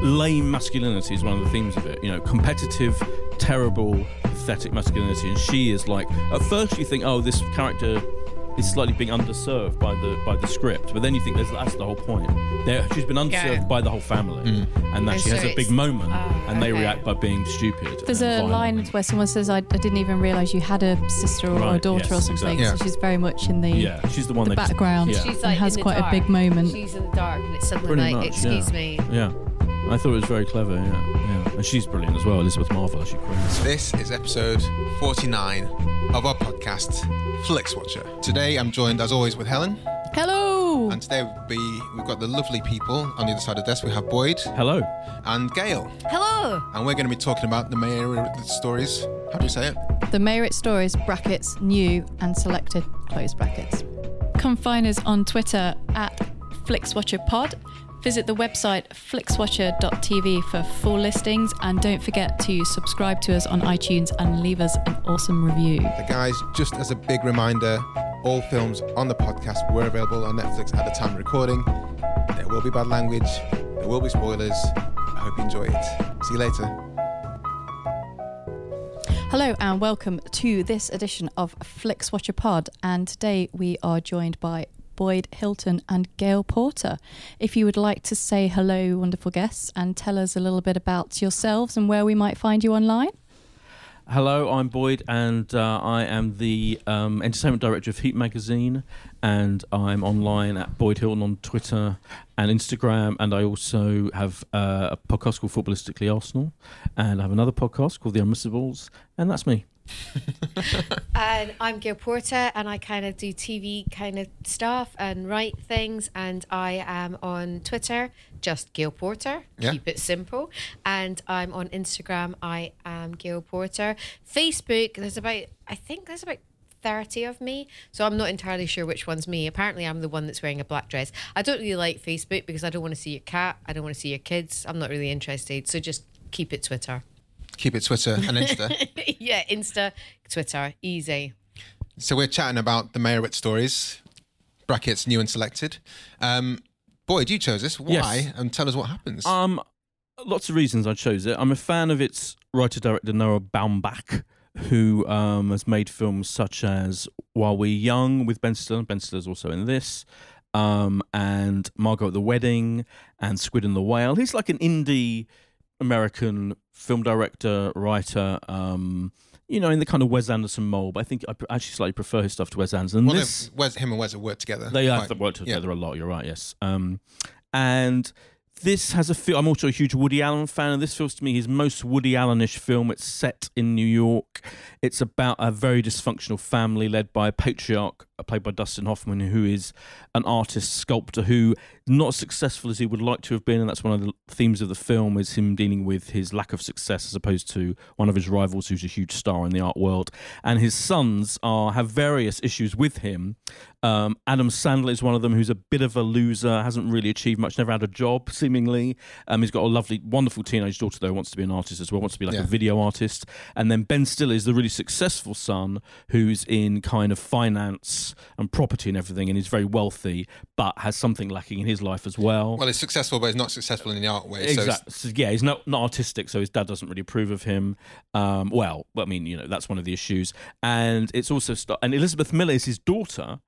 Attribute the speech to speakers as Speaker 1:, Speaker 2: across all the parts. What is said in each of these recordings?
Speaker 1: Lame masculinity is one of the themes of it. You know, competitive, terrible, pathetic masculinity, and she is like. At first, you think, oh, this character is slightly being underserved by the by the script, but then you think that's, that's the whole point. There, she's been underserved
Speaker 2: Yeah.
Speaker 1: by the whole family, and that
Speaker 2: And
Speaker 1: she has
Speaker 2: so
Speaker 1: a big
Speaker 2: it's-
Speaker 1: moment,
Speaker 2: oh,
Speaker 1: and they
Speaker 2: okay.
Speaker 1: react by being stupid.
Speaker 3: There's
Speaker 1: and
Speaker 3: a
Speaker 1: violent.
Speaker 3: line where someone says, I, I didn't even realise you had a sister or a
Speaker 1: Right,
Speaker 3: daughter
Speaker 1: yes,
Speaker 3: or something.
Speaker 1: exactly.
Speaker 4: Yeah.
Speaker 3: So she's very much in the.
Speaker 1: Yeah, she's the one
Speaker 3: the
Speaker 1: that just-
Speaker 3: background.
Speaker 1: yeah.
Speaker 3: She's
Speaker 2: She's like
Speaker 3: has
Speaker 2: in the
Speaker 3: quite a
Speaker 2: dark.
Speaker 3: big moment.
Speaker 2: She's in the dark, and it's suddenly
Speaker 1: Pretty
Speaker 2: like,
Speaker 1: much,
Speaker 2: excuse
Speaker 1: yeah.
Speaker 2: me.
Speaker 1: Yeah, I thought it was very clever. Yeah, yeah, and she's brilliant as well. Elizabeth Marvel, she queens.
Speaker 4: This is episode 49 of our podcast, Flix Watcher. Today I'm joined as always with Helen,
Speaker 3: Hello!
Speaker 4: and today we'll be, we've got the lovely people on the other side of the desk. We have Boyd
Speaker 1: Hello.
Speaker 4: and Gail,
Speaker 2: Hello.
Speaker 4: and we're going to be talking about the mayor stories. How do you say it?
Speaker 3: The Merit Stories brackets new and selected close brackets. Come find us on Twitter at FlixWatcherPod. Visit the website flixwatcher.tv for full listings and don't forget to subscribe to us on iTunes and leave us an awesome review.
Speaker 4: But guys, just as a big reminder, all films on the podcast were available on Netflix at the time of recording. There will be bad language, there will be spoilers. I hope you enjoy it. See you later.
Speaker 3: Hello and welcome to this edition of Flix Watcher Pod. And today we are joined by Boyd Hilton and Gail Porter. If you would like to say hello, wonderful guests, and tell us a little bit about yourselves and where we might find you online.
Speaker 1: Hello, I'm Boyd, and uh, I am the um, entertainment director of Heat Magazine, and I'm online at Boyd Hilton on Twitter and Instagram, and I also have uh, a podcast called Footballistically Arsenal, and I have another podcast called The Unmissables, and that's me.
Speaker 2: And I'm Gil Porter, and I kind of do TV kind of stuff and write things. And I am on Twitter, just Gail Porter.
Speaker 4: Yeah.
Speaker 2: Keep it simple. And I'm on Instagram. I am Gail Porter. Facebook. There's about I think there's about. 30 of me so i'm not entirely sure which one's me apparently i'm the one that's wearing a black dress i don't really like facebook because i don't want to see your cat i don't want to see your kids i'm not really interested so just keep it twitter
Speaker 4: Keep it Twitter and Insta.
Speaker 2: yeah insta twitter easy
Speaker 4: So we're chatting about the Mayorit stories, brackets new and selected. Um, Boyd, you chose this. Why?
Speaker 1: Yes.
Speaker 4: And tell us what happens.
Speaker 1: Um, lots of reasons I chose it. I'm a fan of its writer director Noah Baumbach, who um, has made films such as While We're Young with Ben Stiller. Ben Stiller's also in this. Um, and Margot at the Wedding and Squid and the Whale. He's like an indie American film director, writer. Um, you know, in the kind of Wes Anderson mold. But I think I pr- actually slightly prefer his stuff to Wes Anderson.
Speaker 4: well,
Speaker 1: This-
Speaker 4: they've- Wes, him and Wes have worked together.
Speaker 1: they have
Speaker 4: Quite-
Speaker 1: to work
Speaker 4: yeah.
Speaker 1: together a lot. You're right. Yes. Um, and this has a feel. I'm also a huge Woody Allen fan, and this feels to me his most Woody Allenish film. It's set in New York. It's about a very dysfunctional family led by a patriarch, uh, played by Dustin Hoffman, who is an artist sculptor who not as successful as he would like to have been, and that's one of the themes of the film is him dealing with his lack of success as opposed to one of his rivals who's a huge star in the art world. And his sons are have various issues with him. Um, Adam Sandler is one of them who's a bit of a loser, hasn't really achieved much, never had a job seemingly. Um, he's got a lovely, wonderful teenage daughter though, who wants to be an artist as well, wants to be like
Speaker 4: Yeah.
Speaker 1: a video artist. And then Ben Stiller is the really successful son who's in kind of finance house and property and everything, and is very wealthy, but has something lacking in his life as well.
Speaker 4: Well, it's successful, but it's not successful in the art way. So it's-
Speaker 1: Exactly. So, yeah, he's not, not artistic, so his dad doesn't really approve of him. Um, well, I mean, you know, that's one of the issues. And it's also st- and Elizabeth Miller is his daughter,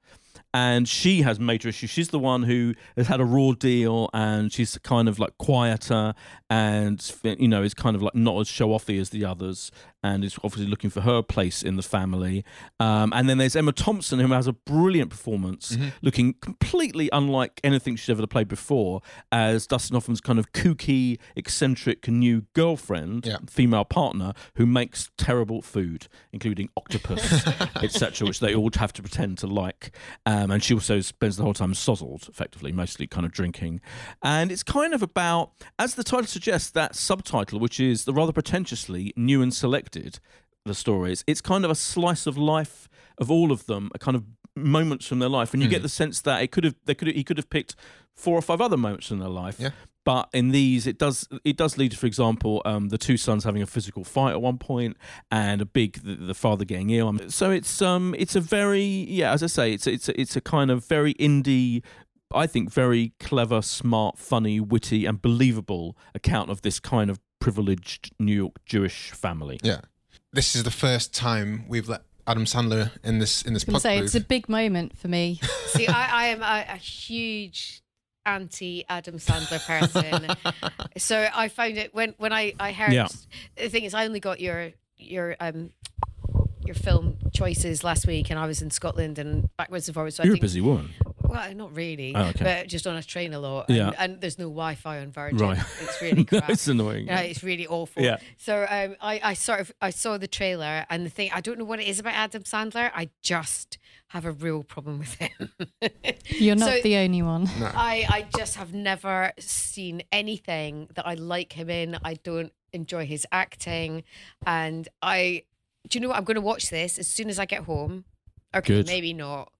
Speaker 1: and she has major issues. She's the one who has had a raw deal, and she's kind of like quieter, and you know, is kind of like not as show offy as the others, and is obviously looking for her place in the family. Um, and then there's Emma Thompson, who has a brilliant performance,
Speaker 4: Mm-hmm.
Speaker 1: looking completely unlike anything she's ever played before, as Dustin Hoffman's kind of kooky, eccentric new girlfriend,
Speaker 4: Yeah.
Speaker 1: female partner, who makes terrible food, including octopus, etc., which they all have to pretend to like. Um, and she also spends the whole time sozzled, effectively, mostly kind of drinking. And it's kind of about, as the title suggests, that subtitle, which is the rather pretentiously new and selected, the stories. It's kind of a slice of life of all of them, a kind of moments from their life, and you get the sense that it could have, they could, have, he could have picked four or five other moments from their life.
Speaker 4: Yeah.
Speaker 1: But in these, it does it does lead to, for example, um, the two sons having a physical fight at one point, and a big the, the father getting ill. Um, So it's um it's a very yeah, as I say, it's it's it's a kind of very indie. I think very clever, smart, funny, witty, and believable account of this kind of privileged New York Jewish family.
Speaker 4: yeah, this is the first time we've let Adam Sandler in this in this
Speaker 3: Can
Speaker 4: podcast.
Speaker 3: say it's a big moment for me.
Speaker 2: See, I, I am a, a huge anti Adam Sandler person. so I found it when when I I heard
Speaker 1: Yeah.
Speaker 2: the thing is I only got your your um your film choices last week and I was in Scotland and backwards and forwards. So I
Speaker 1: You're a
Speaker 2: think,
Speaker 1: busy woman.
Speaker 2: Well, not really,
Speaker 1: Oh, okay.
Speaker 2: but just on a train a lot. And,
Speaker 1: Yeah.
Speaker 2: and there's no Wi Fi on Virgin.
Speaker 1: Right.
Speaker 2: It's really crap.
Speaker 1: it's annoying.
Speaker 2: Yeah, it's really awful.
Speaker 1: Yeah.
Speaker 2: So um, I, I sort of I saw the trailer and the thing I don't know what it is about Adam Sandler. I just have a real problem with him.
Speaker 3: You're not
Speaker 2: So-
Speaker 3: the only one.
Speaker 2: I I just have never seen anything that I like him in. I don't enjoy his acting, and I do you know what I'm going to watch this as soon as I get home. Okay,
Speaker 1: Good.
Speaker 2: maybe not.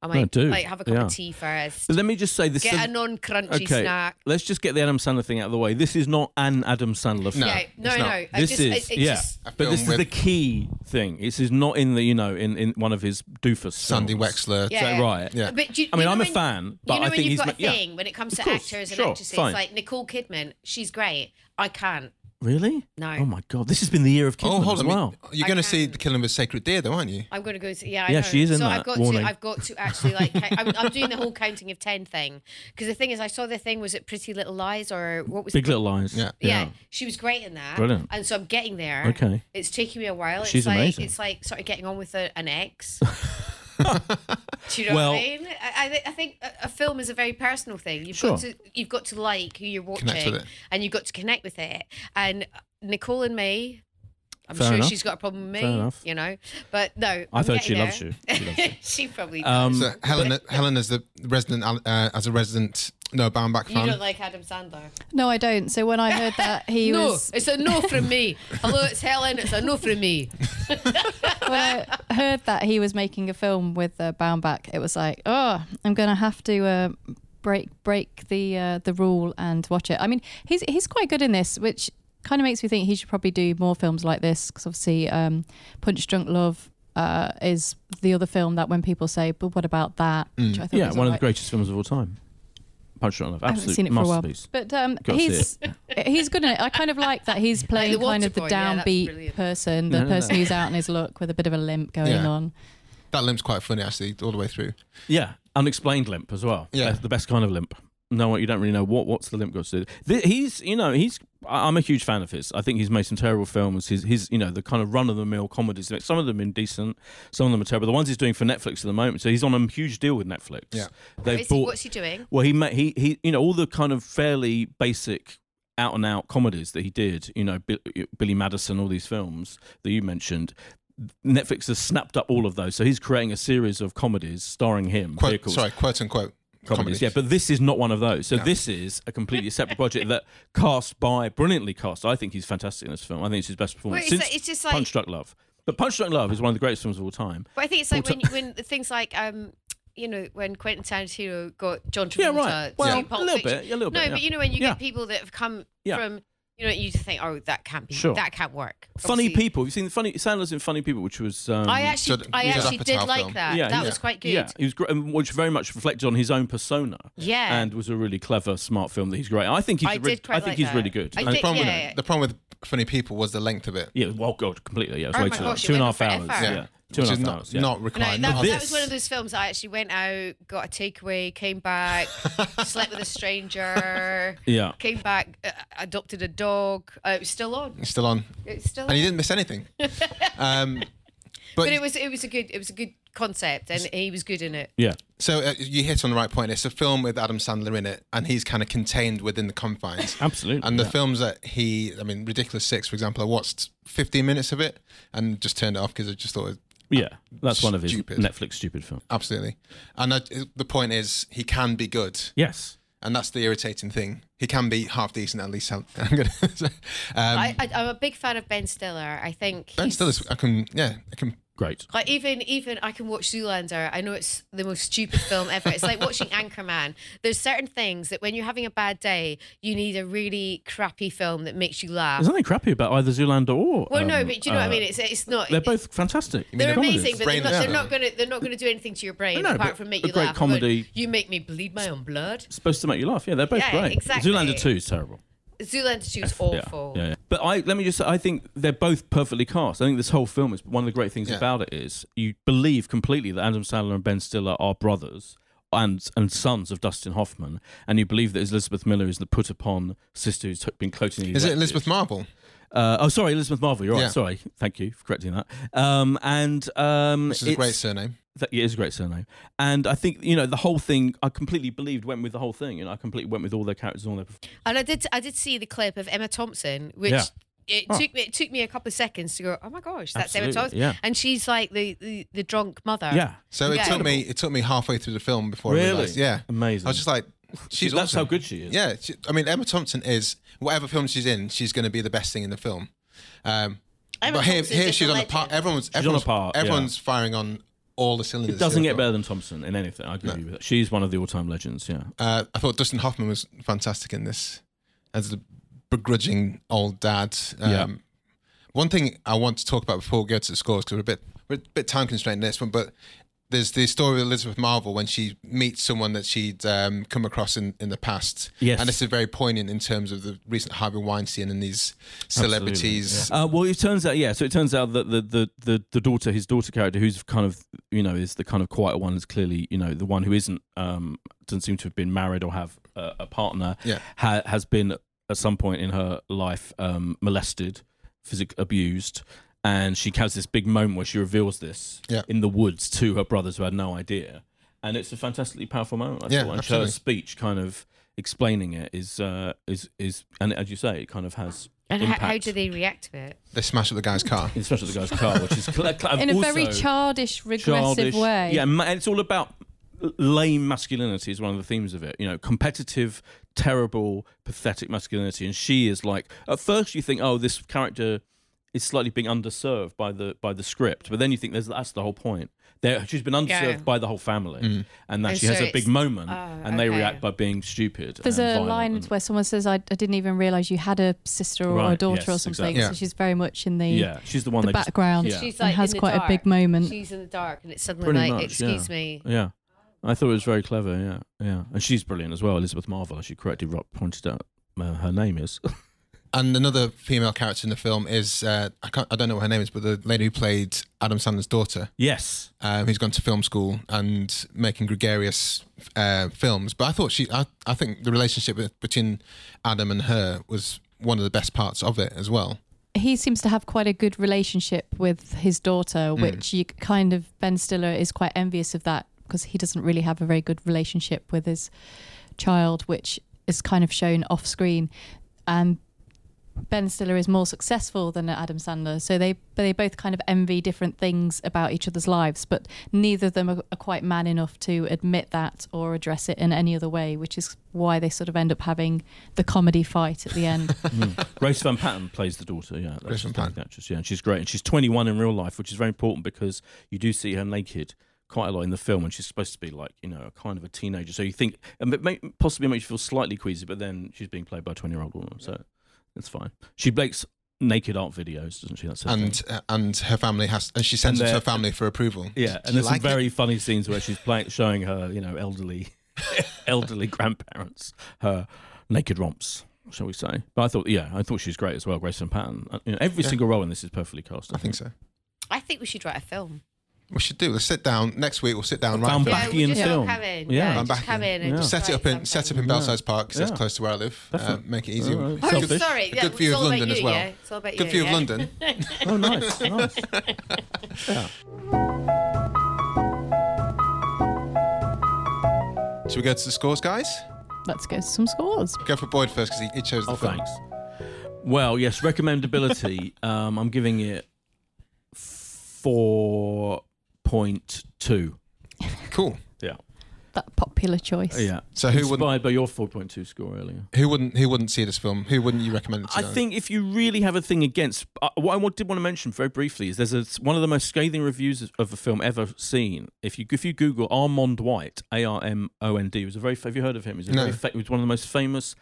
Speaker 2: I might
Speaker 1: No, do.
Speaker 2: like have a cup
Speaker 1: Yeah.
Speaker 2: of tea first.
Speaker 1: But let me just say this.
Speaker 2: Get
Speaker 1: is-
Speaker 2: a non-crunchy snack.
Speaker 1: Let's just get the Adam Sandler thing out of the way. This is not an Adam Sandler film.
Speaker 4: No,
Speaker 2: yeah, no,
Speaker 4: it's
Speaker 2: no.
Speaker 4: not.
Speaker 2: I
Speaker 1: This
Speaker 2: just,
Speaker 1: is
Speaker 2: it, it
Speaker 1: yeah,
Speaker 2: just-
Speaker 4: A
Speaker 1: but this
Speaker 4: film
Speaker 1: is the
Speaker 4: with-
Speaker 1: key thing. This is not in the you know in, in one of his doofus.
Speaker 4: Sandy
Speaker 1: films.
Speaker 4: Wexler.
Speaker 2: Yeah.
Speaker 1: Is that right?
Speaker 4: Yeah.
Speaker 2: But do you,
Speaker 1: I mean,
Speaker 2: you know
Speaker 1: I'm a
Speaker 2: when-
Speaker 1: fan, but
Speaker 2: you know
Speaker 1: I
Speaker 2: when
Speaker 1: think
Speaker 2: you've
Speaker 1: he's
Speaker 2: got
Speaker 1: ma-
Speaker 2: a
Speaker 1: yeah.
Speaker 2: thing when it comes
Speaker 1: Of
Speaker 2: to
Speaker 1: course,
Speaker 2: actors and
Speaker 1: sure,
Speaker 2: actresses.
Speaker 1: fine.
Speaker 2: Like Nicole Kidman, she's great. I can't.
Speaker 1: Really?
Speaker 2: No.
Speaker 1: Oh my god, this has been the year of Kidman
Speaker 4: Oh, hold
Speaker 1: as
Speaker 4: on.
Speaker 1: well.
Speaker 4: You're
Speaker 2: I
Speaker 4: going to see
Speaker 2: can.
Speaker 4: the killing of a sacred deer, though, aren't you?
Speaker 2: I'm going to go to yeah. I
Speaker 1: Yeah,
Speaker 2: know.
Speaker 1: she is in
Speaker 2: so
Speaker 1: that.
Speaker 2: I've got
Speaker 1: Warning.
Speaker 2: to. I've got to actually like. count- I'm, I'm doing the whole counting of ten thing because the thing is, I saw the thing was it Pretty Little Lies or what was
Speaker 1: Big
Speaker 2: it?
Speaker 1: Little Lies.
Speaker 4: Yeah.
Speaker 2: Yeah. she was great in that.
Speaker 1: Brilliant.
Speaker 2: And so I'm getting there.
Speaker 1: Okay.
Speaker 2: It's taking me a while. It's
Speaker 1: She's
Speaker 2: like,
Speaker 1: amazing.
Speaker 2: It's like sort of getting on with a, an ex. Do you know
Speaker 1: Well-
Speaker 2: what I mean? I, I, thi- I think a, a film is a very personal thing. You've got
Speaker 1: Sure.
Speaker 2: to you've got to like who you're
Speaker 4: Connect with
Speaker 2: watching,
Speaker 4: it.
Speaker 2: and you've got to connect with it. And Nicole and me. I'm
Speaker 1: Fair
Speaker 2: sure
Speaker 1: enough.
Speaker 2: she's got a problem with me,
Speaker 1: Fair enough.
Speaker 2: you know. But no,
Speaker 1: I
Speaker 2: I'm
Speaker 1: thought she
Speaker 2: getting
Speaker 1: loves you. She loves
Speaker 2: there. she probably does.
Speaker 1: Um,
Speaker 4: So Helen, Helen as the resident, al- uh, as a resident, no bound back
Speaker 2: you
Speaker 4: fan.
Speaker 2: don't like Adam Sandler.
Speaker 3: No, I don't. So when I heard that he
Speaker 2: no,
Speaker 3: was
Speaker 2: it's a no from me. Hello, it's Helen. It's a no from me.
Speaker 3: when I heard that he was making a film with uh, Bound Back, it was like, oh, I'm gonna have to uh, break break the uh, the rule and watch it. I mean, he's he's quite good in this, which kind of makes me think he should probably do more films like this because obviously, um, Punch Drunk Love. Uh, is the other film that when people say, but what about that? Which I thought
Speaker 1: yeah,
Speaker 3: was
Speaker 1: one of the
Speaker 3: alright.
Speaker 1: greatest films of all time. Punch Drunk Love,
Speaker 3: I haven't
Speaker 1: absolute
Speaker 3: seen it for a while.
Speaker 1: masterpiece.
Speaker 3: But um,
Speaker 1: Gotta see
Speaker 3: he's he's good in it. I kind of like that he's playing
Speaker 2: the
Speaker 3: kind of the
Speaker 2: Waterboy, yeah, that's
Speaker 3: downbeat
Speaker 2: brilliant.
Speaker 3: person, the
Speaker 1: No, no,
Speaker 3: person
Speaker 1: no.
Speaker 3: who's out in his look with a bit of a limp going
Speaker 4: Yeah.
Speaker 3: on.
Speaker 4: That limp's quite funny, actually, all the way through.
Speaker 1: Yeah, unexplained limp as well.
Speaker 4: Yeah.
Speaker 1: Best- the best kind of limp. No, you don't really know what what's the limp got to do. Th he's, you know, he's. I- I'm a huge fan of his. I think he's made some terrible films. His, his, you know, the kind of run of the mill comedies. Some of them indecent, some of them are terrible. The ones he's doing for Netflix at the moment. So he's on a huge deal with Netflix.
Speaker 4: Yeah.
Speaker 1: they've
Speaker 2: Is he- what's he doing?
Speaker 1: Well, he ma- he he, you know, all the kind of fairly basic out and out comedies that he did. You know, Bi- Billy Madison, all these films that you mentioned. Netflix has snapped up all of those, so he's creating a series of comedies starring him.
Speaker 4: Quote,
Speaker 1: vehicles
Speaker 4: sorry, quote unquote.
Speaker 1: comedies.
Speaker 4: Comedy.
Speaker 1: Yeah, but this is not one of those. So this is a completely separate project that cast by brilliantly cast. I think he's fantastic in this film. I think it's his best performance
Speaker 2: it's
Speaker 1: since
Speaker 2: like- it's just like-
Speaker 1: Punch Drunk Love. But Punch Drunk Love is one of the greatest films of all time.
Speaker 2: But I think it's like
Speaker 1: Well,
Speaker 2: when,
Speaker 1: to-
Speaker 2: when things like um, you know, when Quentin Tarantino got John Travolta.
Speaker 1: Yeah, right.
Speaker 2: to
Speaker 1: Well,
Speaker 2: do Pulp
Speaker 1: a little
Speaker 2: Fiction.
Speaker 1: bit, a little
Speaker 2: no,
Speaker 1: bit, yeah.
Speaker 2: but you know when you
Speaker 1: Yeah.
Speaker 2: get people that have come
Speaker 1: Yeah.
Speaker 2: from You know, you just think, oh, that can't be,
Speaker 1: Sure.
Speaker 2: that can't work.
Speaker 1: Funny
Speaker 2: Obviously-
Speaker 1: people. You've seen the funny Sandler's in Funny People, which was um,
Speaker 2: I actually,
Speaker 4: Judd-
Speaker 2: I
Speaker 4: Judd
Speaker 2: actually did
Speaker 4: Apatow
Speaker 2: like
Speaker 4: film.
Speaker 2: that.
Speaker 1: Yeah,
Speaker 2: that
Speaker 1: yeah.
Speaker 2: was quite good.
Speaker 1: Yeah, he was great, and which very much reflected on his own persona.
Speaker 2: Yeah.
Speaker 1: and was a really clever, smart film that he's great. I think he's.
Speaker 2: I
Speaker 1: a re-
Speaker 2: did quite
Speaker 1: I think
Speaker 2: like
Speaker 1: he's
Speaker 2: that.
Speaker 1: really good.
Speaker 2: I
Speaker 1: And-
Speaker 4: And the
Speaker 2: think-
Speaker 4: problem,
Speaker 2: yeah,
Speaker 4: with,
Speaker 2: yeah.
Speaker 4: the problem with Funny People was the length of it.
Speaker 1: yeah, well, God, completely. Yeah, it was
Speaker 2: Oh
Speaker 1: way
Speaker 2: my
Speaker 1: too
Speaker 2: gosh,
Speaker 1: long.
Speaker 2: it
Speaker 1: Two and a
Speaker 2: went
Speaker 1: half
Speaker 2: on
Speaker 1: hours.
Speaker 2: forever.
Speaker 1: Yeah, two and
Speaker 4: Which
Speaker 1: a half
Speaker 4: is not,
Speaker 1: hours. Yeah.
Speaker 4: not
Speaker 2: No,
Speaker 4: required.
Speaker 2: that,
Speaker 4: not-
Speaker 2: that was
Speaker 1: this.
Speaker 2: one of those films I actually went out, got a takeaway, came back, slept with a stranger,
Speaker 1: Yeah.
Speaker 2: came back, uh, adopted a dog. Uh, it was still on.
Speaker 4: It's still on.
Speaker 2: It's still.
Speaker 4: And
Speaker 2: on.
Speaker 4: you didn't miss anything. um, but,
Speaker 2: But it was it was a good it was a good concept, and he was good in it.
Speaker 1: yeah,
Speaker 4: so uh, you hit on the right point. It's a film with Adam Sandler in it, and he's kind of contained within the confines.
Speaker 1: absolutely.
Speaker 4: And the
Speaker 1: yeah.
Speaker 4: films that he, I mean, Ridiculous Six, for example, I watched 15 minutes of it and just turned it off because I just thought,
Speaker 1: yeah, that's one of his
Speaker 4: Stupid.
Speaker 1: Netflix stupid film.
Speaker 4: absolutely. And I, the point is, he can be good.
Speaker 1: Yes,
Speaker 4: And that's the irritating thing. He can be half decent, at least. I'm gonna, um,
Speaker 2: I, I, I'm a big fan of Ben Stiller. I think
Speaker 4: Ben
Speaker 2: he's-
Speaker 4: Stiller's, I can, yeah, I can.
Speaker 1: great.
Speaker 2: Like even even I can watch Zoolander. I know it's the most stupid film ever. It's like watching Anchorman. There's certain things that when you're having a bad day, you need a really crappy film that makes you laugh.
Speaker 1: There's nothing crappy about either Zoolander or.
Speaker 2: Well, no,
Speaker 1: um,
Speaker 2: but do you know what I
Speaker 1: uh,
Speaker 2: mean? It's it's not.
Speaker 1: They're both fantastic.
Speaker 2: They're
Speaker 1: comedies.
Speaker 2: amazing, but they're not,
Speaker 4: Brainless.
Speaker 2: they're not gonna they're not gonna do anything to your brain
Speaker 1: No,
Speaker 2: apart
Speaker 1: but
Speaker 2: from make
Speaker 1: a
Speaker 2: you
Speaker 1: great
Speaker 2: laugh.
Speaker 1: comedy-
Speaker 2: But you make me bleed my own blood.
Speaker 1: supposed to make you laugh. Yeah, they're both
Speaker 2: Yeah,
Speaker 1: great.
Speaker 2: exactly.
Speaker 1: Zoolander two is terrible.
Speaker 2: Zoolander 2 is
Speaker 1: Yeah,
Speaker 2: awful.
Speaker 1: Yeah, yeah. But I let me just say, I think they're both perfectly cast. I think this whole film is one of the great things
Speaker 4: Yeah.
Speaker 1: about it is you believe completely that Adam Sandler and Ben Stiller are brothers and and sons of Dustin Hoffman, and you believe that Elizabeth Miller is the put upon sister who's been closely.
Speaker 4: Is it
Speaker 1: erected.
Speaker 4: Elizabeth Marble?
Speaker 2: Um,
Speaker 1: Uh, oh, sorry, Elizabeth Marvel. You're right.
Speaker 4: Yeah.
Speaker 1: Sorry, thank you for correcting that. Um, and um,
Speaker 4: Which is a great
Speaker 1: it's-
Speaker 4: surname.
Speaker 1: that yeah, it is a great surname. And I think you know the whole thing. I completely believed went with the whole thing, and I completely went with all their characters and all their.
Speaker 2: And I did I did see the clip of Emma Thompson, which
Speaker 1: Yeah.
Speaker 2: it
Speaker 1: Oh.
Speaker 2: took me it took me a couple of seconds to go, Oh my gosh, that's Emma
Speaker 1: Absolutely,
Speaker 2: Thompson.
Speaker 1: yeah.
Speaker 2: And she's like the, the, the drunk mother.
Speaker 1: Yeah,
Speaker 4: So it
Speaker 2: Yeah.
Speaker 4: took me, it took me halfway through the film before I
Speaker 1: Really?
Speaker 4: realized. Yeah,
Speaker 1: Amazing.
Speaker 4: I was just like, she's
Speaker 1: that's
Speaker 4: awesome.
Speaker 1: how good she is.
Speaker 4: Yeah, she, I mean, Emma Thompson is whatever film she's in, she's going to be the best thing in the film. Um,
Speaker 2: Emma
Speaker 4: but here,
Speaker 2: Thompson's
Speaker 4: here
Speaker 2: just
Speaker 4: she's
Speaker 2: a
Speaker 4: on a
Speaker 2: legend.
Speaker 4: par. Everyone's,
Speaker 1: on a
Speaker 4: everyone's,
Speaker 1: par, yeah.
Speaker 4: everyone's firing on all the cylinders.
Speaker 1: It doesn't
Speaker 4: here,
Speaker 1: get
Speaker 4: but-
Speaker 1: better than Thompson in anything. I agree with that. She's one of the all-time legends. Yeah,
Speaker 4: Uh, I thought Dustin Hoffman was fantastic in this as the begrudging old dad. Um,
Speaker 1: Yeah.
Speaker 4: One thing I want to talk about before we go to the scores because we're a bit we're a bit time constrained in this one, but there's the story of Elizabeth Marvel when she meets someone that she'd um, come across in, in the past.
Speaker 1: Yes.
Speaker 4: and this is very poignant in terms of the recent Harvey Weinstein and these celebrities.
Speaker 1: Uh, well, it turns out, yeah. So it turns out that the, the the the daughter, his daughter character, who's kind of you know is the kind of quiet one, is clearly you know the one who isn't um doesn't seem to have been married or have a, a partner.
Speaker 4: Yeah.
Speaker 1: ha- has been at some point in her life um molested, physic abused. And she has this big moment where she reveals this
Speaker 4: Yeah.
Speaker 1: in the woods to her brothers who had no idea, and it's a fantastically powerful moment. I
Speaker 4: Yeah,
Speaker 1: thought, and
Speaker 4: absolutely.
Speaker 1: her speech kind of explaining it is uh, is is, and as you say, it kind of has
Speaker 2: And how,
Speaker 1: impact
Speaker 2: how do they react to it?
Speaker 4: They smash up the guy's car.
Speaker 1: especially the guy's car, which is cl- cl-
Speaker 3: in a
Speaker 1: also
Speaker 3: very childish, regressive
Speaker 1: childish.
Speaker 3: way.
Speaker 1: Yeah, ma- and it's all about l- lame masculinity is one of the themes of it. You know, competitive, terrible, pathetic masculinity, and she is like. At first, you think, oh, this character is slightly being underserved by the by the script, but then you think there's that's the whole point. There, she's been underserved
Speaker 2: Yeah.
Speaker 1: by the whole family, and that
Speaker 2: And
Speaker 1: she
Speaker 2: so
Speaker 1: has a big
Speaker 2: it's-
Speaker 1: moment,
Speaker 2: oh,
Speaker 1: and they
Speaker 2: okay.
Speaker 1: react by being stupid.
Speaker 3: uh, There's
Speaker 1: and
Speaker 3: a
Speaker 1: violent
Speaker 3: line
Speaker 1: and-
Speaker 3: where someone says, I, I didn't even realise you had a sister or a
Speaker 1: Right,
Speaker 3: daughter
Speaker 1: yes,
Speaker 3: or something.
Speaker 1: exactly.
Speaker 3: So
Speaker 4: Yeah.
Speaker 3: she's very much in the,
Speaker 1: yeah, she's the one
Speaker 3: the
Speaker 1: that just-
Speaker 3: background
Speaker 1: yeah.
Speaker 3: and has
Speaker 2: in the
Speaker 3: quite a big
Speaker 2: dark.
Speaker 3: moment.
Speaker 2: She's in the dark, and it's suddenly
Speaker 1: Pretty
Speaker 2: like,
Speaker 1: much,
Speaker 2: excuse
Speaker 1: yeah.
Speaker 2: me.
Speaker 1: Yeah. I thought it was very clever, yeah. Yeah. And she's brilliant as well, Elizabeth Marvel, as you correctly ro- pointed out. Uh, her name is.
Speaker 4: And another female character in the film is uh, I can't I don't know what her name is, but the lady who played Adam Sandler's daughter.
Speaker 1: yes.
Speaker 4: um, who's gone to film school and making gregarious uh, films. But I thought she, I, I think the relationship with, between Adam and her was one of the best parts of it as well.
Speaker 3: he seems to have quite a good relationship with his daughter, which you kind of Ben Stiller is quite envious of that because he doesn't really have a very good relationship with his child, which is kind of shown off screen. And Ben Stiller is more successful than Adam Sandler, so they they both kind of envy different things about each other's lives, but neither of them are, are quite man enough to admit that or address it in any other way, which is why they sort of end up having the comedy fight at the end.
Speaker 1: Mm. Grace Van Patten plays the daughter, yeah. That's
Speaker 4: Grace Van
Speaker 1: the
Speaker 4: Patten.
Speaker 1: Actress, yeah. And she's great. And she's 21 in real life, which is very important because you do see her naked quite a lot in the film and she's supposed to be like, you know, a kind of a teenager. So you think, and it may, possibly makes you feel slightly queasy, but then she's being played by a 20 year old woman. So It's fine. She makes naked art videos, doesn't she? That's her thing.
Speaker 4: and uh, and her family has and she sends
Speaker 1: And
Speaker 4: it to her
Speaker 1: they're-
Speaker 4: family for approval.
Speaker 1: Yeah,
Speaker 4: Do
Speaker 1: and
Speaker 4: you
Speaker 1: there's
Speaker 4: like
Speaker 1: some
Speaker 4: it?
Speaker 1: very funny scenes where she's playing, showing her, you know, elderly, elderly grandparents her naked romps, shall we say? But I thought, yeah, I thought she's great as well, Grayson Patton. Uh, You know, every
Speaker 4: Yeah.
Speaker 1: single role in this is perfectly cast.
Speaker 4: I think so.
Speaker 2: I think we should write a film.
Speaker 4: We should do. Let's sit down next week. We'll sit down
Speaker 1: Found
Speaker 4: right.
Speaker 1: back
Speaker 2: yeah, we'll
Speaker 1: in
Speaker 2: just
Speaker 1: film.
Speaker 2: Come in.
Speaker 1: Yeah.
Speaker 2: Yeah,
Speaker 1: Found
Speaker 2: just
Speaker 4: back
Speaker 2: come
Speaker 4: in.
Speaker 2: in. and
Speaker 1: Yeah.
Speaker 2: just
Speaker 4: Set it
Speaker 2: write
Speaker 4: up in set up
Speaker 2: something.
Speaker 4: in Belsize Park. 'cause
Speaker 1: Yeah.
Speaker 4: That's close to where I live. Uh,
Speaker 1: Definitely.
Speaker 4: make it easy.
Speaker 1: Alright.
Speaker 2: Oh,
Speaker 1: Selfish.
Speaker 2: sorry. Yeah,
Speaker 4: good view
Speaker 2: it's
Speaker 4: of
Speaker 2: all
Speaker 4: London
Speaker 2: about
Speaker 4: as
Speaker 2: you,
Speaker 4: well.
Speaker 2: Yeah. It's all about you.
Speaker 4: Good view
Speaker 2: yeah.
Speaker 4: of London.
Speaker 1: Oh, nice, nice.
Speaker 4: Should we go to the scores, guys?
Speaker 3: Let's go to some scores.
Speaker 4: Go for Boyd first because he, he chose the
Speaker 1: Oh,
Speaker 4: film.
Speaker 1: thanks. Well, yes, recommendability. um, I'm giving it four point two.
Speaker 4: Cool.
Speaker 1: Yeah,
Speaker 3: That popular choice.
Speaker 1: Oh, yeah.
Speaker 4: So who
Speaker 1: inspired
Speaker 4: wouldn't
Speaker 1: by your four point two score earlier?
Speaker 4: who wouldn't who wouldn't see this film? Who wouldn't you recommend it to?
Speaker 1: I
Speaker 4: Dylan?
Speaker 1: think if you really have a thing against, uh, what I wa- did want to mention very briefly is there's a, one of the most scathing reviews of- of a film ever seen. If you if you Google Armond White, A R M O N D, was a very fa- have you heard of him? He's a
Speaker 4: No.
Speaker 1: very fa- he was one of the most famous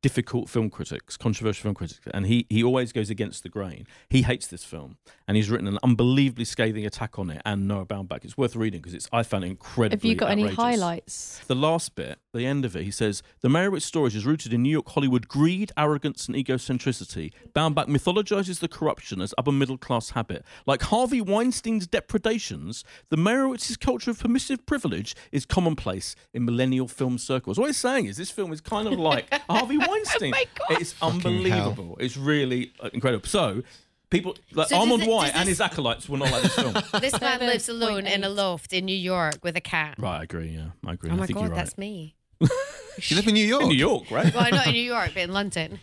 Speaker 1: difficult film critics, controversial film critics, and he he always goes against the grain. He hates this film, and he's written an unbelievably scathing attack on it and Noah Baumbach. It's worth reading because it's I found it incredibly.
Speaker 3: Have you got any
Speaker 1: outrageous.
Speaker 3: highlights?
Speaker 1: The last bit, the end of it, he says, The Meyerowitz storage is rooted in New York Hollywood greed, arrogance, and egocentricity. Baumbach mythologizes the corruption as upper middle class habit. Like Harvey Weinstein's depredations, the Meyerowitz's culture of permissive privilege is commonplace in millennial film circles. What he's saying is this film is kind of like
Speaker 2: Oh
Speaker 1: Harvey Weinstein. It's unbelievable. It's really uh, incredible. So, people, like
Speaker 2: So does
Speaker 1: Armand
Speaker 2: it-
Speaker 1: White
Speaker 2: does
Speaker 1: and
Speaker 2: this-
Speaker 1: his acolytes will not like this film.
Speaker 2: This man lives alone in a
Speaker 3: 7.8.
Speaker 2: loft in New York with a cat.
Speaker 1: right, I agree. Yeah, I agree.
Speaker 2: Oh
Speaker 1: I
Speaker 2: my
Speaker 1: think
Speaker 2: god,
Speaker 1: you're right.
Speaker 2: that's me.
Speaker 4: you live in New York.
Speaker 1: In New York, right?
Speaker 2: Well, not in New York, but in London.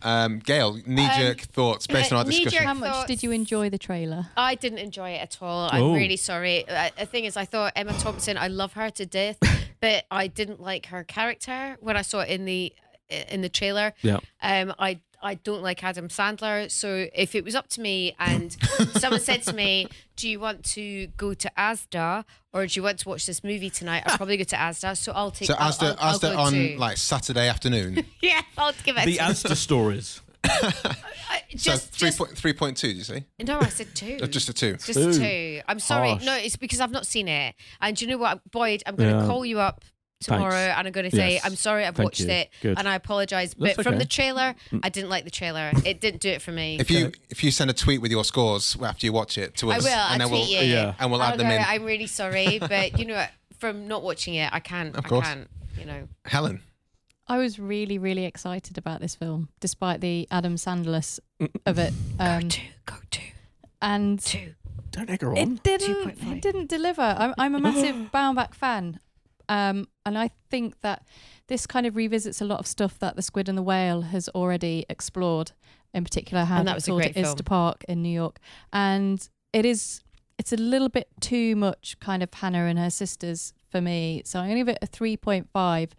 Speaker 4: Um, Gail, knee jerk thoughts based on our
Speaker 2: uh, knee-jerk
Speaker 4: discussion.
Speaker 3: How much did you enjoy the trailer?
Speaker 2: I didn't enjoy it at all. I'm
Speaker 1: Oh.
Speaker 2: really sorry. Uh, The thing is, I thought Emma Thompson, I love her to death, but I didn't like her character when I saw it in the uh, in the trailer.
Speaker 1: Yeah.
Speaker 2: Um, I I don't like Adam Sandler, so if it was up to me and someone said to me, "Do you want to go to ASDA or do you want to watch this movie tonight?" I'd probably go to ASDA, so I'll take.
Speaker 4: So
Speaker 2: I'll-
Speaker 4: as the
Speaker 2: I'll,
Speaker 4: as
Speaker 2: I'll
Speaker 4: the
Speaker 2: go
Speaker 4: on
Speaker 2: to-
Speaker 4: like Saturday afternoon.
Speaker 2: yeah, I'll give it.
Speaker 1: The
Speaker 2: to-
Speaker 1: Asda stories.
Speaker 4: so
Speaker 2: just,
Speaker 4: three
Speaker 2: just-
Speaker 4: point three point two. Did you say?
Speaker 2: No, I said two.
Speaker 4: Or Uh, Just a two.
Speaker 2: Just
Speaker 1: Ooh.
Speaker 2: two. I'm sorry.
Speaker 1: Harsh.
Speaker 2: No, it's because I've not seen it. And do you know what, Boyd? I'm going to
Speaker 1: Yeah.
Speaker 2: call you up tomorrow,
Speaker 1: Thanks.
Speaker 2: and I'm going to say
Speaker 1: Yes.
Speaker 2: I'm sorry. I've
Speaker 1: Thank
Speaker 2: watched
Speaker 1: you.
Speaker 2: it,
Speaker 1: Good.
Speaker 2: and I apologise. But
Speaker 1: That's
Speaker 2: from the
Speaker 1: okay. Mm.
Speaker 2: trailer, I didn't like the trailer. It didn't do it for me.
Speaker 4: If you if you send a tweet with your scores after you watch it to
Speaker 2: I
Speaker 4: us,
Speaker 2: will.
Speaker 4: and
Speaker 2: I'll
Speaker 4: then
Speaker 2: tweet
Speaker 4: we'll
Speaker 2: you.
Speaker 1: Yeah.
Speaker 4: and we'll
Speaker 2: I'll
Speaker 4: add them
Speaker 2: go,
Speaker 4: in.
Speaker 2: I'm really sorry, but you know, what? from not watching it, I can't.
Speaker 4: Of
Speaker 2: I
Speaker 4: course.
Speaker 2: can't. You know.
Speaker 4: Helen,
Speaker 3: I was really, really excited about this film, despite the Adam Sandler of it. Um,
Speaker 2: Two, go two,
Speaker 3: and
Speaker 2: two.
Speaker 1: Don't egg her on.
Speaker 3: it didn't, it didn't deliver. I'm, I'm a massive Baumbach fan. Um, and I think that this kind of revisits a lot of stuff that The Squid and the Whale has already explored, in particular how
Speaker 2: And that was a
Speaker 3: difficult
Speaker 2: great
Speaker 3: it is
Speaker 2: film.
Speaker 3: to park in New York. And it is, it's a little bit too much kind of Hannah and her sisters for me. So I'm going to give it a 3.5.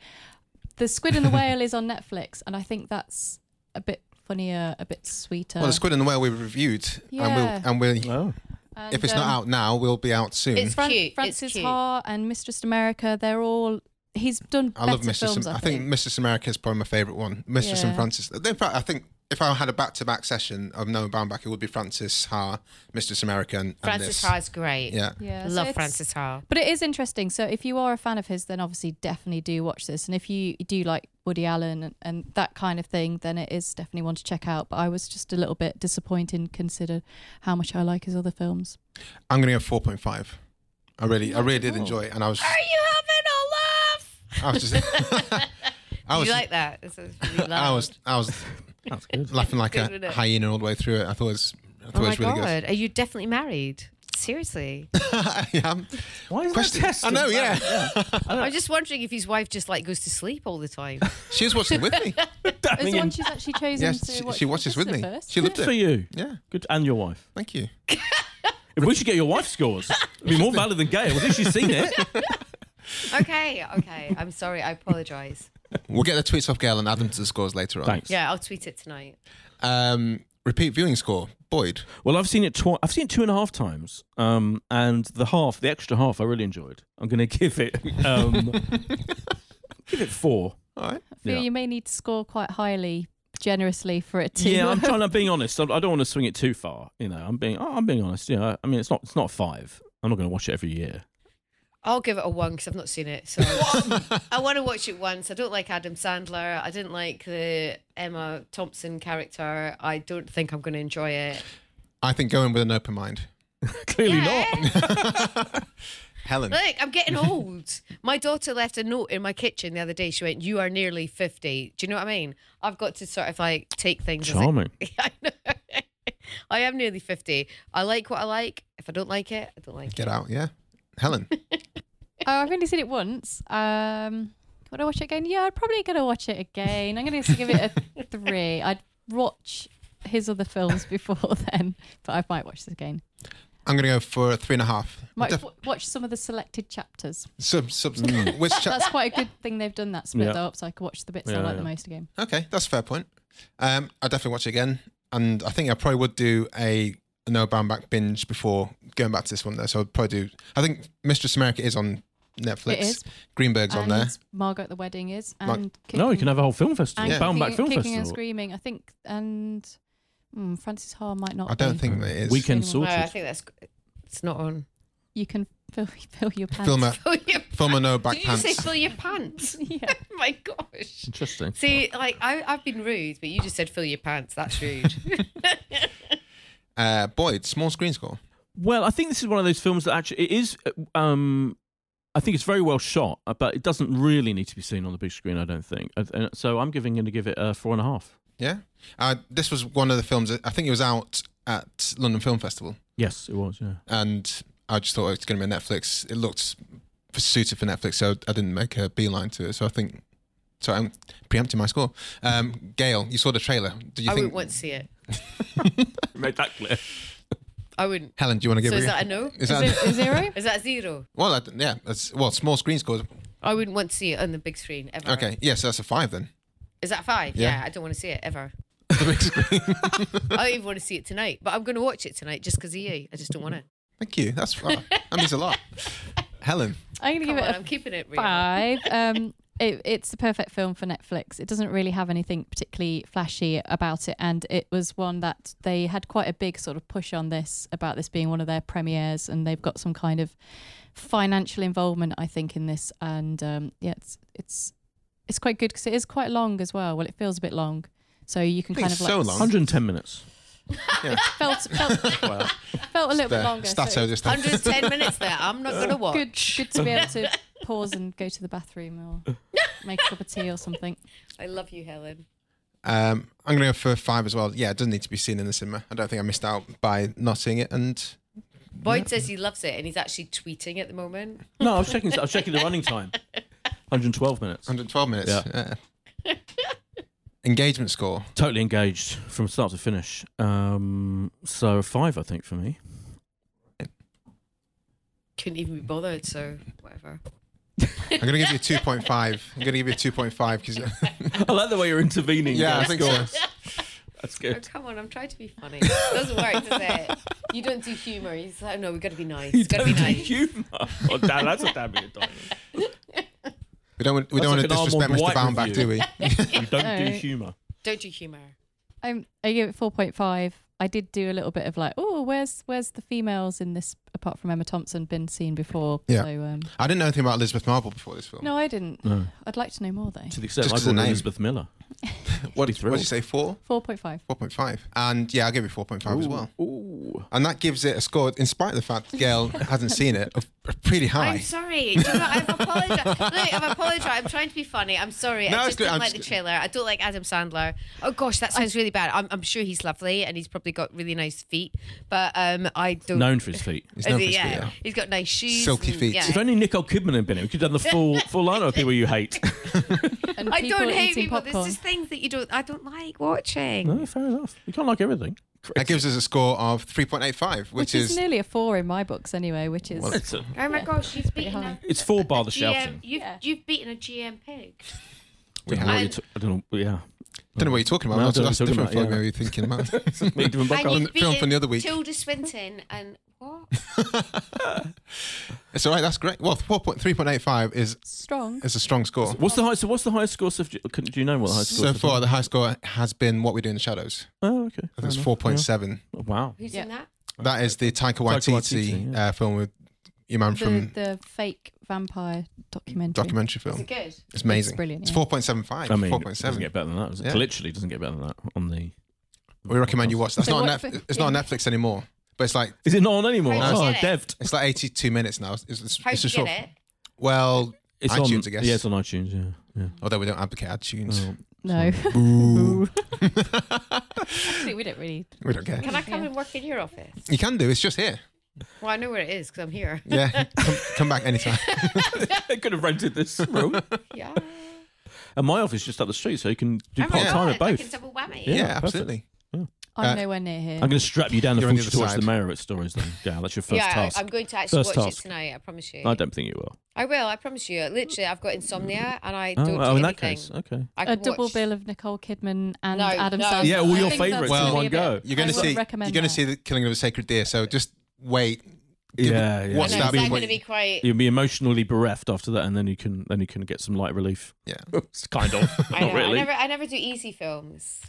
Speaker 3: The Squid and the Whale is on Netflix, and I think that's a bit funnier, a bit sweeter.
Speaker 4: well, the squid and the whale we reviewed,
Speaker 3: Yeah.
Speaker 4: and we'll and we'll.
Speaker 1: Oh.
Speaker 3: And,
Speaker 4: If it's
Speaker 3: um,
Speaker 4: not out now, we'll be out soon.
Speaker 2: It's
Speaker 3: Fran-
Speaker 2: cute. it's
Speaker 3: Francis
Speaker 2: cute.
Speaker 3: Ha and Mistress America, they're all. He's done.
Speaker 4: I love
Speaker 3: better
Speaker 4: Mrs.
Speaker 3: Films,
Speaker 4: Am-
Speaker 3: I,
Speaker 4: I think Mrs. America is probably my favourite one. Mistress and
Speaker 3: Yeah.
Speaker 4: Francis. In fact, I think if I had a back-to-back session of Noah Baumbach, it would be Francis Ha, Mistress America, and, and
Speaker 2: Francis
Speaker 4: this.
Speaker 2: Ha is great.
Speaker 4: Yeah.
Speaker 3: Yeah,
Speaker 2: I
Speaker 3: so
Speaker 2: love
Speaker 3: it's-
Speaker 2: Francis Ha.
Speaker 3: But it is interesting. So if you are a fan of his, then obviously definitely do watch this. And if you do like Woody Allen and, and that kind of thing, then it is definitely one to check out. But I was just a little bit disappointed, considered how much I like his other films.
Speaker 4: I'm going to go four point five. I really, I really did enjoy it, and I was,
Speaker 2: Are you having a laugh?
Speaker 4: I was just, I
Speaker 2: Do
Speaker 4: was,
Speaker 2: you like that? This is really
Speaker 4: I
Speaker 2: loud.
Speaker 4: was, I was
Speaker 1: That's good.
Speaker 4: laughing like
Speaker 2: Good, wasn't
Speaker 4: a
Speaker 2: it?
Speaker 4: hyena all the way through it. I thought it was, I thought
Speaker 2: Oh
Speaker 4: it
Speaker 2: my
Speaker 4: was really
Speaker 2: god, are you definitely married? Seriously,
Speaker 4: good. I am.
Speaker 1: Why is
Speaker 4: Question-
Speaker 1: that test?
Speaker 4: I know, yeah.
Speaker 2: I'm just wondering if his wife just like goes to sleep all the time.
Speaker 4: She was watching it with me.
Speaker 3: It's the one she's actually chosen
Speaker 4: Yes,
Speaker 3: to
Speaker 4: she,
Speaker 3: watch
Speaker 4: she watches with me.
Speaker 3: First.
Speaker 4: She
Speaker 1: Good
Speaker 4: loved
Speaker 1: for
Speaker 4: it.
Speaker 1: you.
Speaker 4: Yeah,
Speaker 1: Good. And your wife.
Speaker 4: thank you.
Speaker 1: If we should get your wife's scores, it'd be more valid than Gail. I think she's seen it.
Speaker 2: okay, okay. I'm sorry. I apologise.
Speaker 4: We'll get the tweets off Gail and add them to the scores later on.
Speaker 1: Thanks.
Speaker 2: Yeah, I'll tweet it tonight.
Speaker 4: Um, repeat viewing score. Boyd.
Speaker 1: Well, I've seen it. Twi- I've seen it two and a half times. Um, and the half, the extra half, I really enjoyed. I'm going to give it. Um, give it four.
Speaker 4: All right.
Speaker 3: I feel
Speaker 1: Yeah.
Speaker 3: you may need to score quite highly generously for it to.
Speaker 1: Yeah, I'm trying. I'm being honest. I, I don't want to swing it too far. You know, I'm being. I'm being honest. You know, I mean, it's not. It's not five. I'm not going to watch it every year.
Speaker 2: I'll give it a one because I've not seen it. So I want to watch it once. I don't like Adam Sandler. I didn't like the Emma Thompson character. I don't think I'm going to enjoy it.
Speaker 4: I think go in with an open mind.
Speaker 1: Clearly
Speaker 2: Yeah.
Speaker 1: not.
Speaker 4: Helen,
Speaker 2: Look, I'm getting old. My daughter left a note in my kitchen the other day. She went, "You are nearly 50." Do you know what I mean? I've got to sort of like take things. as it-
Speaker 1: Charming.
Speaker 2: I know. I am nearly 50. I like what I like. If I don't like it, I don't like it.
Speaker 4: get out. Yeah. Helen,
Speaker 3: Oh, I've only seen it once. Um, would I watch it again? Yeah, I'm probably going to watch it again. I'm going to give it a three. I'd watch his other films before then, but I might watch this again.
Speaker 4: I'm going to go for a three and a half.
Speaker 3: Might
Speaker 4: Def-
Speaker 3: w- watch some of the selected chapters.
Speaker 4: sub, sub, which cha-
Speaker 3: That's quite a good thing they've done that split
Speaker 1: Yeah.
Speaker 3: though up, so I could watch the bits I
Speaker 1: Yeah,
Speaker 3: like the
Speaker 1: yeah.
Speaker 3: most again.
Speaker 4: Okay, that's a fair point. Um, I'll definitely watch it again. And I think I probably would do a No Bound Back binge before going back to this one, though. So I'd probably do, I think Mistress America is on Netflix.
Speaker 3: It is.
Speaker 4: Greenberg's on
Speaker 3: and
Speaker 4: there.
Speaker 3: Margot at the Wedding is.
Speaker 4: Mar-
Speaker 3: And
Speaker 1: No, you
Speaker 3: Kicking-
Speaker 1: can have a whole film festival.
Speaker 3: and
Speaker 4: Yeah.
Speaker 1: Bound back
Speaker 3: Kicking-
Speaker 1: film
Speaker 3: Kicking and
Speaker 1: festival.
Speaker 3: Screaming, I think, and mm, Francis Ha might not.
Speaker 4: I don't
Speaker 3: be.
Speaker 4: think that it is.
Speaker 1: Weekend
Speaker 3: No, I
Speaker 2: No, I
Speaker 1: sorted.
Speaker 2: think that's it's not on.
Speaker 3: you can fill, fill your pants.
Speaker 4: Film a,
Speaker 2: Fill your
Speaker 4: film a No Back
Speaker 2: Did you just say
Speaker 4: Uh, Pants.
Speaker 2: fill your pants? Oh
Speaker 3: Yeah.
Speaker 2: My gosh.
Speaker 1: Interesting.
Speaker 2: See, like I, I've been rude, but you just said fill your pants. That's rude.
Speaker 4: Uh, Boyd, small screen score.
Speaker 1: Well, I think this is one of those films that actually it is. Um, I think it's very well shot, uh, but it doesn't really need to be seen on the big screen. I don't think. Uh, and So I'm giving going to give it a four and a half.
Speaker 4: Yeah. Uh, this was one of the films, that- I think it was out at London Film Festival.
Speaker 1: Yes, it was. Yeah.
Speaker 4: And I just thought it's going to be on Netflix. It looked suited for Netflix, so I didn't make a beeline to it. So I think. So I'm preempting my score. Um, Gail, you saw the trailer. Do you
Speaker 2: I wouldn't
Speaker 4: think
Speaker 2: want to see it.
Speaker 1: Make that clear.
Speaker 2: I wouldn't.
Speaker 4: Helen, do you want to give
Speaker 2: So
Speaker 4: it?
Speaker 2: is that a no?
Speaker 4: Is that
Speaker 3: Is it a zero?
Speaker 2: Is that zero?
Speaker 4: well, I, yeah, that's well, small screen scores.
Speaker 2: I wouldn't want to see it on the big screen ever.
Speaker 4: Okay, yes, that's a five then.
Speaker 2: Is that five?
Speaker 4: Yeah.
Speaker 2: Yeah, I don't want to see it ever.
Speaker 4: The big screen.
Speaker 2: I don't even want to see it tonight, but I'm going to watch it tonight just because of you. I just don't want to.
Speaker 4: Thank you. That's wow, that means a lot. Helen,
Speaker 3: I'm going to
Speaker 2: Come
Speaker 3: give
Speaker 2: on,
Speaker 3: it a
Speaker 2: I'm keeping it real.
Speaker 3: five. Um, it, it's the perfect film for Netflix. It doesn't really have anything particularly flashy about it, and it was one that they had quite a big sort of push on this about this being one of their premieres, and they've got some kind of financial involvement, I think, in this. And um, yeah, it's it's it's quite good because it is quite long as well. Well, it feels a bit long, so you can
Speaker 4: I think
Speaker 3: kind
Speaker 4: it's
Speaker 3: of
Speaker 4: so
Speaker 3: like
Speaker 4: long.
Speaker 3: s-
Speaker 1: 110 minutes.
Speaker 3: felt felt,
Speaker 1: Wow.
Speaker 3: felt a little bit
Speaker 4: the
Speaker 3: longer. so
Speaker 4: stato just
Speaker 2: 110 minutes there. I'm not going to watch.
Speaker 3: good, good to be able to pause and go to the bathroom or make a cup of tea or something.
Speaker 2: I love you, Helen.
Speaker 4: Um, I'm gonna go for five as well. Yeah, it doesn't need to be seen in the cinema. I don't think I missed out by not seeing it. And
Speaker 2: Boyd says he loves it and he's actually tweeting at the moment.
Speaker 1: No, I was checking. I was checking the running time. 112 minutes.
Speaker 4: 112 minutes.
Speaker 1: Yeah.
Speaker 4: Yeah. Engagement score.
Speaker 1: Totally engaged from start to finish. Um, so five, I think, for me.
Speaker 2: Couldn't even be bothered, so whatever.
Speaker 4: I'm gonna give you a 2.5. I'm gonna give you a 2.5 because
Speaker 1: I like the way you're intervening.
Speaker 4: yeah, I
Speaker 1: That's
Speaker 4: think
Speaker 1: good.
Speaker 4: so.
Speaker 1: That's
Speaker 2: Oh,
Speaker 1: good.
Speaker 2: come on, I'm trying to be funny. doesn't work, does it? You don't do humour. He's like, "Oh, no, we've got to be nice.
Speaker 1: You
Speaker 2: It's got
Speaker 1: don't
Speaker 2: to be
Speaker 1: do
Speaker 2: nice.
Speaker 1: humour. Oh, damn, that's a damn good diamond.
Speaker 4: We don't want, we don't want
Speaker 1: That's
Speaker 4: to
Speaker 1: like
Speaker 4: disrespect
Speaker 1: an
Speaker 4: Mr.
Speaker 1: Armand
Speaker 4: Boundback,
Speaker 1: White
Speaker 4: do we?
Speaker 1: You don't do
Speaker 3: Alright.
Speaker 1: humour.
Speaker 2: Don't do humour.
Speaker 3: I'm, I give it 4.5. I did do a little bit of like, oh, where's where's the females in this apart from Emma Thompson been seen before?
Speaker 4: Yeah.
Speaker 3: So um,
Speaker 4: I didn't know anything about Elizabeth Marble before this film.
Speaker 3: no, I didn't.
Speaker 1: No.
Speaker 3: I'd like to know more though.
Speaker 1: To the extent
Speaker 4: Just
Speaker 1: I
Speaker 4: 'cause of
Speaker 1: called
Speaker 4: the name.
Speaker 1: Elizabeth Miller.
Speaker 4: What
Speaker 1: Be
Speaker 4: did you
Speaker 1: thrilled.
Speaker 4: say? Four,
Speaker 3: 4.5.
Speaker 4: four point five, and yeah, I'll give it four point five as well.
Speaker 1: Ooh.
Speaker 4: And that gives it a score, in spite of the fact Gail hasn't seen it, of of pretty
Speaker 2: I'm
Speaker 4: high.
Speaker 2: sorry. Do you know, I've apologized. Look, I've apologized. I'm trying to be funny. I'm sorry.
Speaker 4: No,
Speaker 2: I
Speaker 4: it's
Speaker 2: just
Speaker 4: good.
Speaker 2: didn't
Speaker 4: I'm
Speaker 2: like
Speaker 4: just-
Speaker 2: the trailer. I don't like Adam Sandler. Oh gosh, that sounds really bad. I'm, I'm sure he's lovely and he's probably got really nice feet, but um, I don't.
Speaker 1: Known for his feet.
Speaker 4: He's known
Speaker 2: Is it-
Speaker 4: for his feet,
Speaker 2: yeah.
Speaker 4: yeah.
Speaker 2: he's got nice shoes.
Speaker 4: Silky
Speaker 2: and-
Speaker 4: feet.
Speaker 2: yeah.
Speaker 1: If only Nicole Kidman had been here, we could have done the full full lineup of people you hate.
Speaker 3: And
Speaker 2: I don't hate
Speaker 3: eating
Speaker 2: people.
Speaker 3: popcorn.
Speaker 2: There's just things that you don't. I don't like watching.
Speaker 1: no, fair enough. You can't like everything.
Speaker 4: That gives us a score of three point eight five,
Speaker 3: which,
Speaker 4: which,
Speaker 3: is, nearly a four in my books anyway, which is
Speaker 1: It's, a-
Speaker 2: Oh my gosh, she's beaten a
Speaker 3: hard.
Speaker 1: it's four bar the
Speaker 2: GM.
Speaker 1: shouting.
Speaker 2: You've
Speaker 3: Yeah.
Speaker 2: you've beaten a GM pig.
Speaker 4: we
Speaker 1: I don't
Speaker 4: have.
Speaker 1: know what you're
Speaker 2: And-
Speaker 1: t- I don't know. Yeah.
Speaker 4: don't know what you're talking about.
Speaker 1: No, I
Speaker 4: that's
Speaker 1: don't know
Speaker 4: that's
Speaker 1: what
Speaker 4: a
Speaker 1: you're
Speaker 4: different
Speaker 1: talking
Speaker 4: film
Speaker 1: about,
Speaker 4: you're thinking about.
Speaker 1: Make different
Speaker 2: And
Speaker 1: podcast.
Speaker 2: you've
Speaker 4: film from
Speaker 2: beaten
Speaker 4: the other week.
Speaker 2: Tilda Swinton and. What?
Speaker 4: It's all right. That's great. Well, 4.3.85 is
Speaker 3: Strong.
Speaker 4: is a strong score.
Speaker 1: What's the high? So what's the highest score? Sub- can- do you know what the highest score?
Speaker 4: So far, the high score has been what we do in the shadows.
Speaker 1: Oh, okay.
Speaker 4: I think it's 4.7.
Speaker 1: Wow.
Speaker 2: Who's in that?
Speaker 4: That is the Taika
Speaker 1: Taika
Speaker 4: Waititi,
Speaker 1: Waititi,
Speaker 4: uh, film with your man
Speaker 3: The,
Speaker 4: from
Speaker 3: the fake vampire documentary.
Speaker 4: documentary film.
Speaker 2: Is it
Speaker 4: It's,
Speaker 2: good?
Speaker 4: amazing. It's
Speaker 3: brilliant, yeah.
Speaker 4: 4.75.
Speaker 1: I mean, it
Speaker 4: 4.7.
Speaker 1: doesn't get better than that. does it?
Speaker 4: Yeah.
Speaker 1: Literally doesn't get better than that on the.
Speaker 4: We recommend you watch. That's
Speaker 3: So
Speaker 4: not on
Speaker 3: what-
Speaker 4: Netflix. It's not on
Speaker 3: yeah.
Speaker 4: Netflix anymore. But it's like
Speaker 1: Is it not on anymore?
Speaker 2: How do you
Speaker 1: Oh,
Speaker 2: get it?
Speaker 1: deved.
Speaker 4: it's like 82 minutes now. It's, it's, it's
Speaker 2: How
Speaker 4: a
Speaker 2: did you
Speaker 4: short.
Speaker 2: get it?
Speaker 4: Well,
Speaker 1: It's
Speaker 4: iTunes,
Speaker 1: on,
Speaker 4: I guess.
Speaker 1: Yeah, it's on iTunes. Yeah. yeah.
Speaker 4: although we don't advocate iTunes,
Speaker 1: Oh.
Speaker 3: No.
Speaker 4: Boo.
Speaker 3: Actually, we don't really.
Speaker 4: we don't care.
Speaker 2: Can I come
Speaker 3: Yeah.
Speaker 2: and work in your office?
Speaker 4: You can do. It's just here.
Speaker 2: Well, I know where it is because I'm here.
Speaker 4: Yeah, come, come back anytime.
Speaker 1: I could have rented this room.
Speaker 2: Yeah.
Speaker 1: and my office is just up the street, so you can do
Speaker 2: Oh my
Speaker 1: part time at
Speaker 2: God, I
Speaker 1: both.
Speaker 2: can double whammy.
Speaker 4: Yeah,
Speaker 1: Yeah,
Speaker 4: absolutely.
Speaker 3: I'm
Speaker 4: Uh,
Speaker 3: nowhere near here.
Speaker 1: I'm going to strap you down the
Speaker 4: You're on the
Speaker 1: fortune
Speaker 4: other
Speaker 1: to watch
Speaker 4: side.
Speaker 1: the mayor at stories. Then, yeah, that's your first
Speaker 2: yeah,
Speaker 1: task.
Speaker 2: I, I'm going to actually
Speaker 1: First
Speaker 2: watch
Speaker 1: task.
Speaker 2: it tonight. I promise you.
Speaker 1: I don't think you will.
Speaker 2: I will. I promise you. Literally, I've got insomnia and I
Speaker 1: Oh,
Speaker 2: don't. do
Speaker 1: oh, in that
Speaker 2: anything.
Speaker 1: case, okay.
Speaker 2: I
Speaker 3: a
Speaker 2: can
Speaker 3: double
Speaker 2: watch-
Speaker 3: bill of Nicole Kidman and
Speaker 2: No,
Speaker 3: Adam
Speaker 2: no.
Speaker 3: Sandler.
Speaker 2: Yeah, all
Speaker 3: I
Speaker 2: your
Speaker 3: think that's
Speaker 1: favourites
Speaker 4: in
Speaker 3: really
Speaker 4: one
Speaker 3: a
Speaker 1: go.
Speaker 3: bit-
Speaker 4: You're going
Speaker 3: I
Speaker 4: to see.
Speaker 3: wouldn't
Speaker 4: You're
Speaker 3: recommend
Speaker 4: going to
Speaker 3: that.
Speaker 4: see the Killing of a Sacred Deer. So just wait. Give
Speaker 1: Yeah,
Speaker 4: it-
Speaker 1: yeah.
Speaker 2: I
Speaker 4: Watch
Speaker 2: know, so
Speaker 4: that.
Speaker 2: I'm
Speaker 4: before
Speaker 2: going
Speaker 4: you-
Speaker 2: to be quite.
Speaker 1: You'll be emotionally bereft after that, and then you can then you can get some light relief.
Speaker 4: Yeah.
Speaker 1: It's kind of not
Speaker 2: I, know, I
Speaker 1: really.
Speaker 2: never. I never do easy films.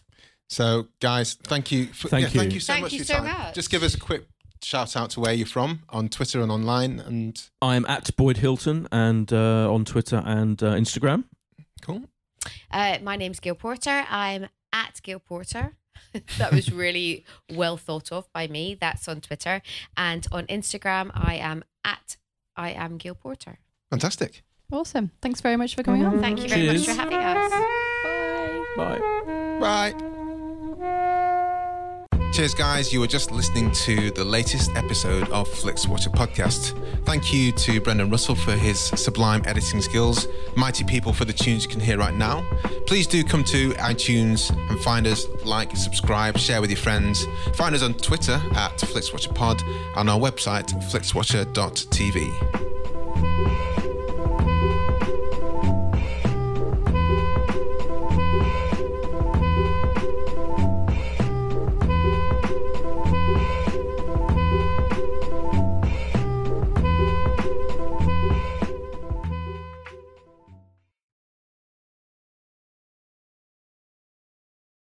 Speaker 4: So, guys, thank you. For,
Speaker 1: Thank
Speaker 4: yeah, Thank
Speaker 1: you.
Speaker 4: you so
Speaker 2: Thank
Speaker 4: much
Speaker 2: you
Speaker 4: for
Speaker 2: so
Speaker 4: your time.
Speaker 2: much.
Speaker 4: Just give us a quick shout out to where you're from on Twitter and online, and
Speaker 1: I am at Boyd Hilton and uh, on Twitter and uh, Instagram.
Speaker 4: cool.
Speaker 2: Uh, my name's Gail Porter. I'm at Gail Porter. that was really well thought of by me. That's on Twitter and on Instagram. I am at I am Gail Porter.
Speaker 4: Fantastic.
Speaker 3: Awesome. Thanks very much for coming on.
Speaker 2: Thank you very
Speaker 1: Cheers.
Speaker 2: much for having us.
Speaker 1: Bye.
Speaker 4: Bye. Cheers, guys. You were just listening to the latest episode of Flicks Watcher Podcast. Thank you to Brendan Russell for his sublime editing skills. Mighty people for the tunes you can hear right now. Please do come to iTunes and find us, like, subscribe, share with your friends. Find us on Twitter at FlixWatcherPod and our website, flixwatcher.tv.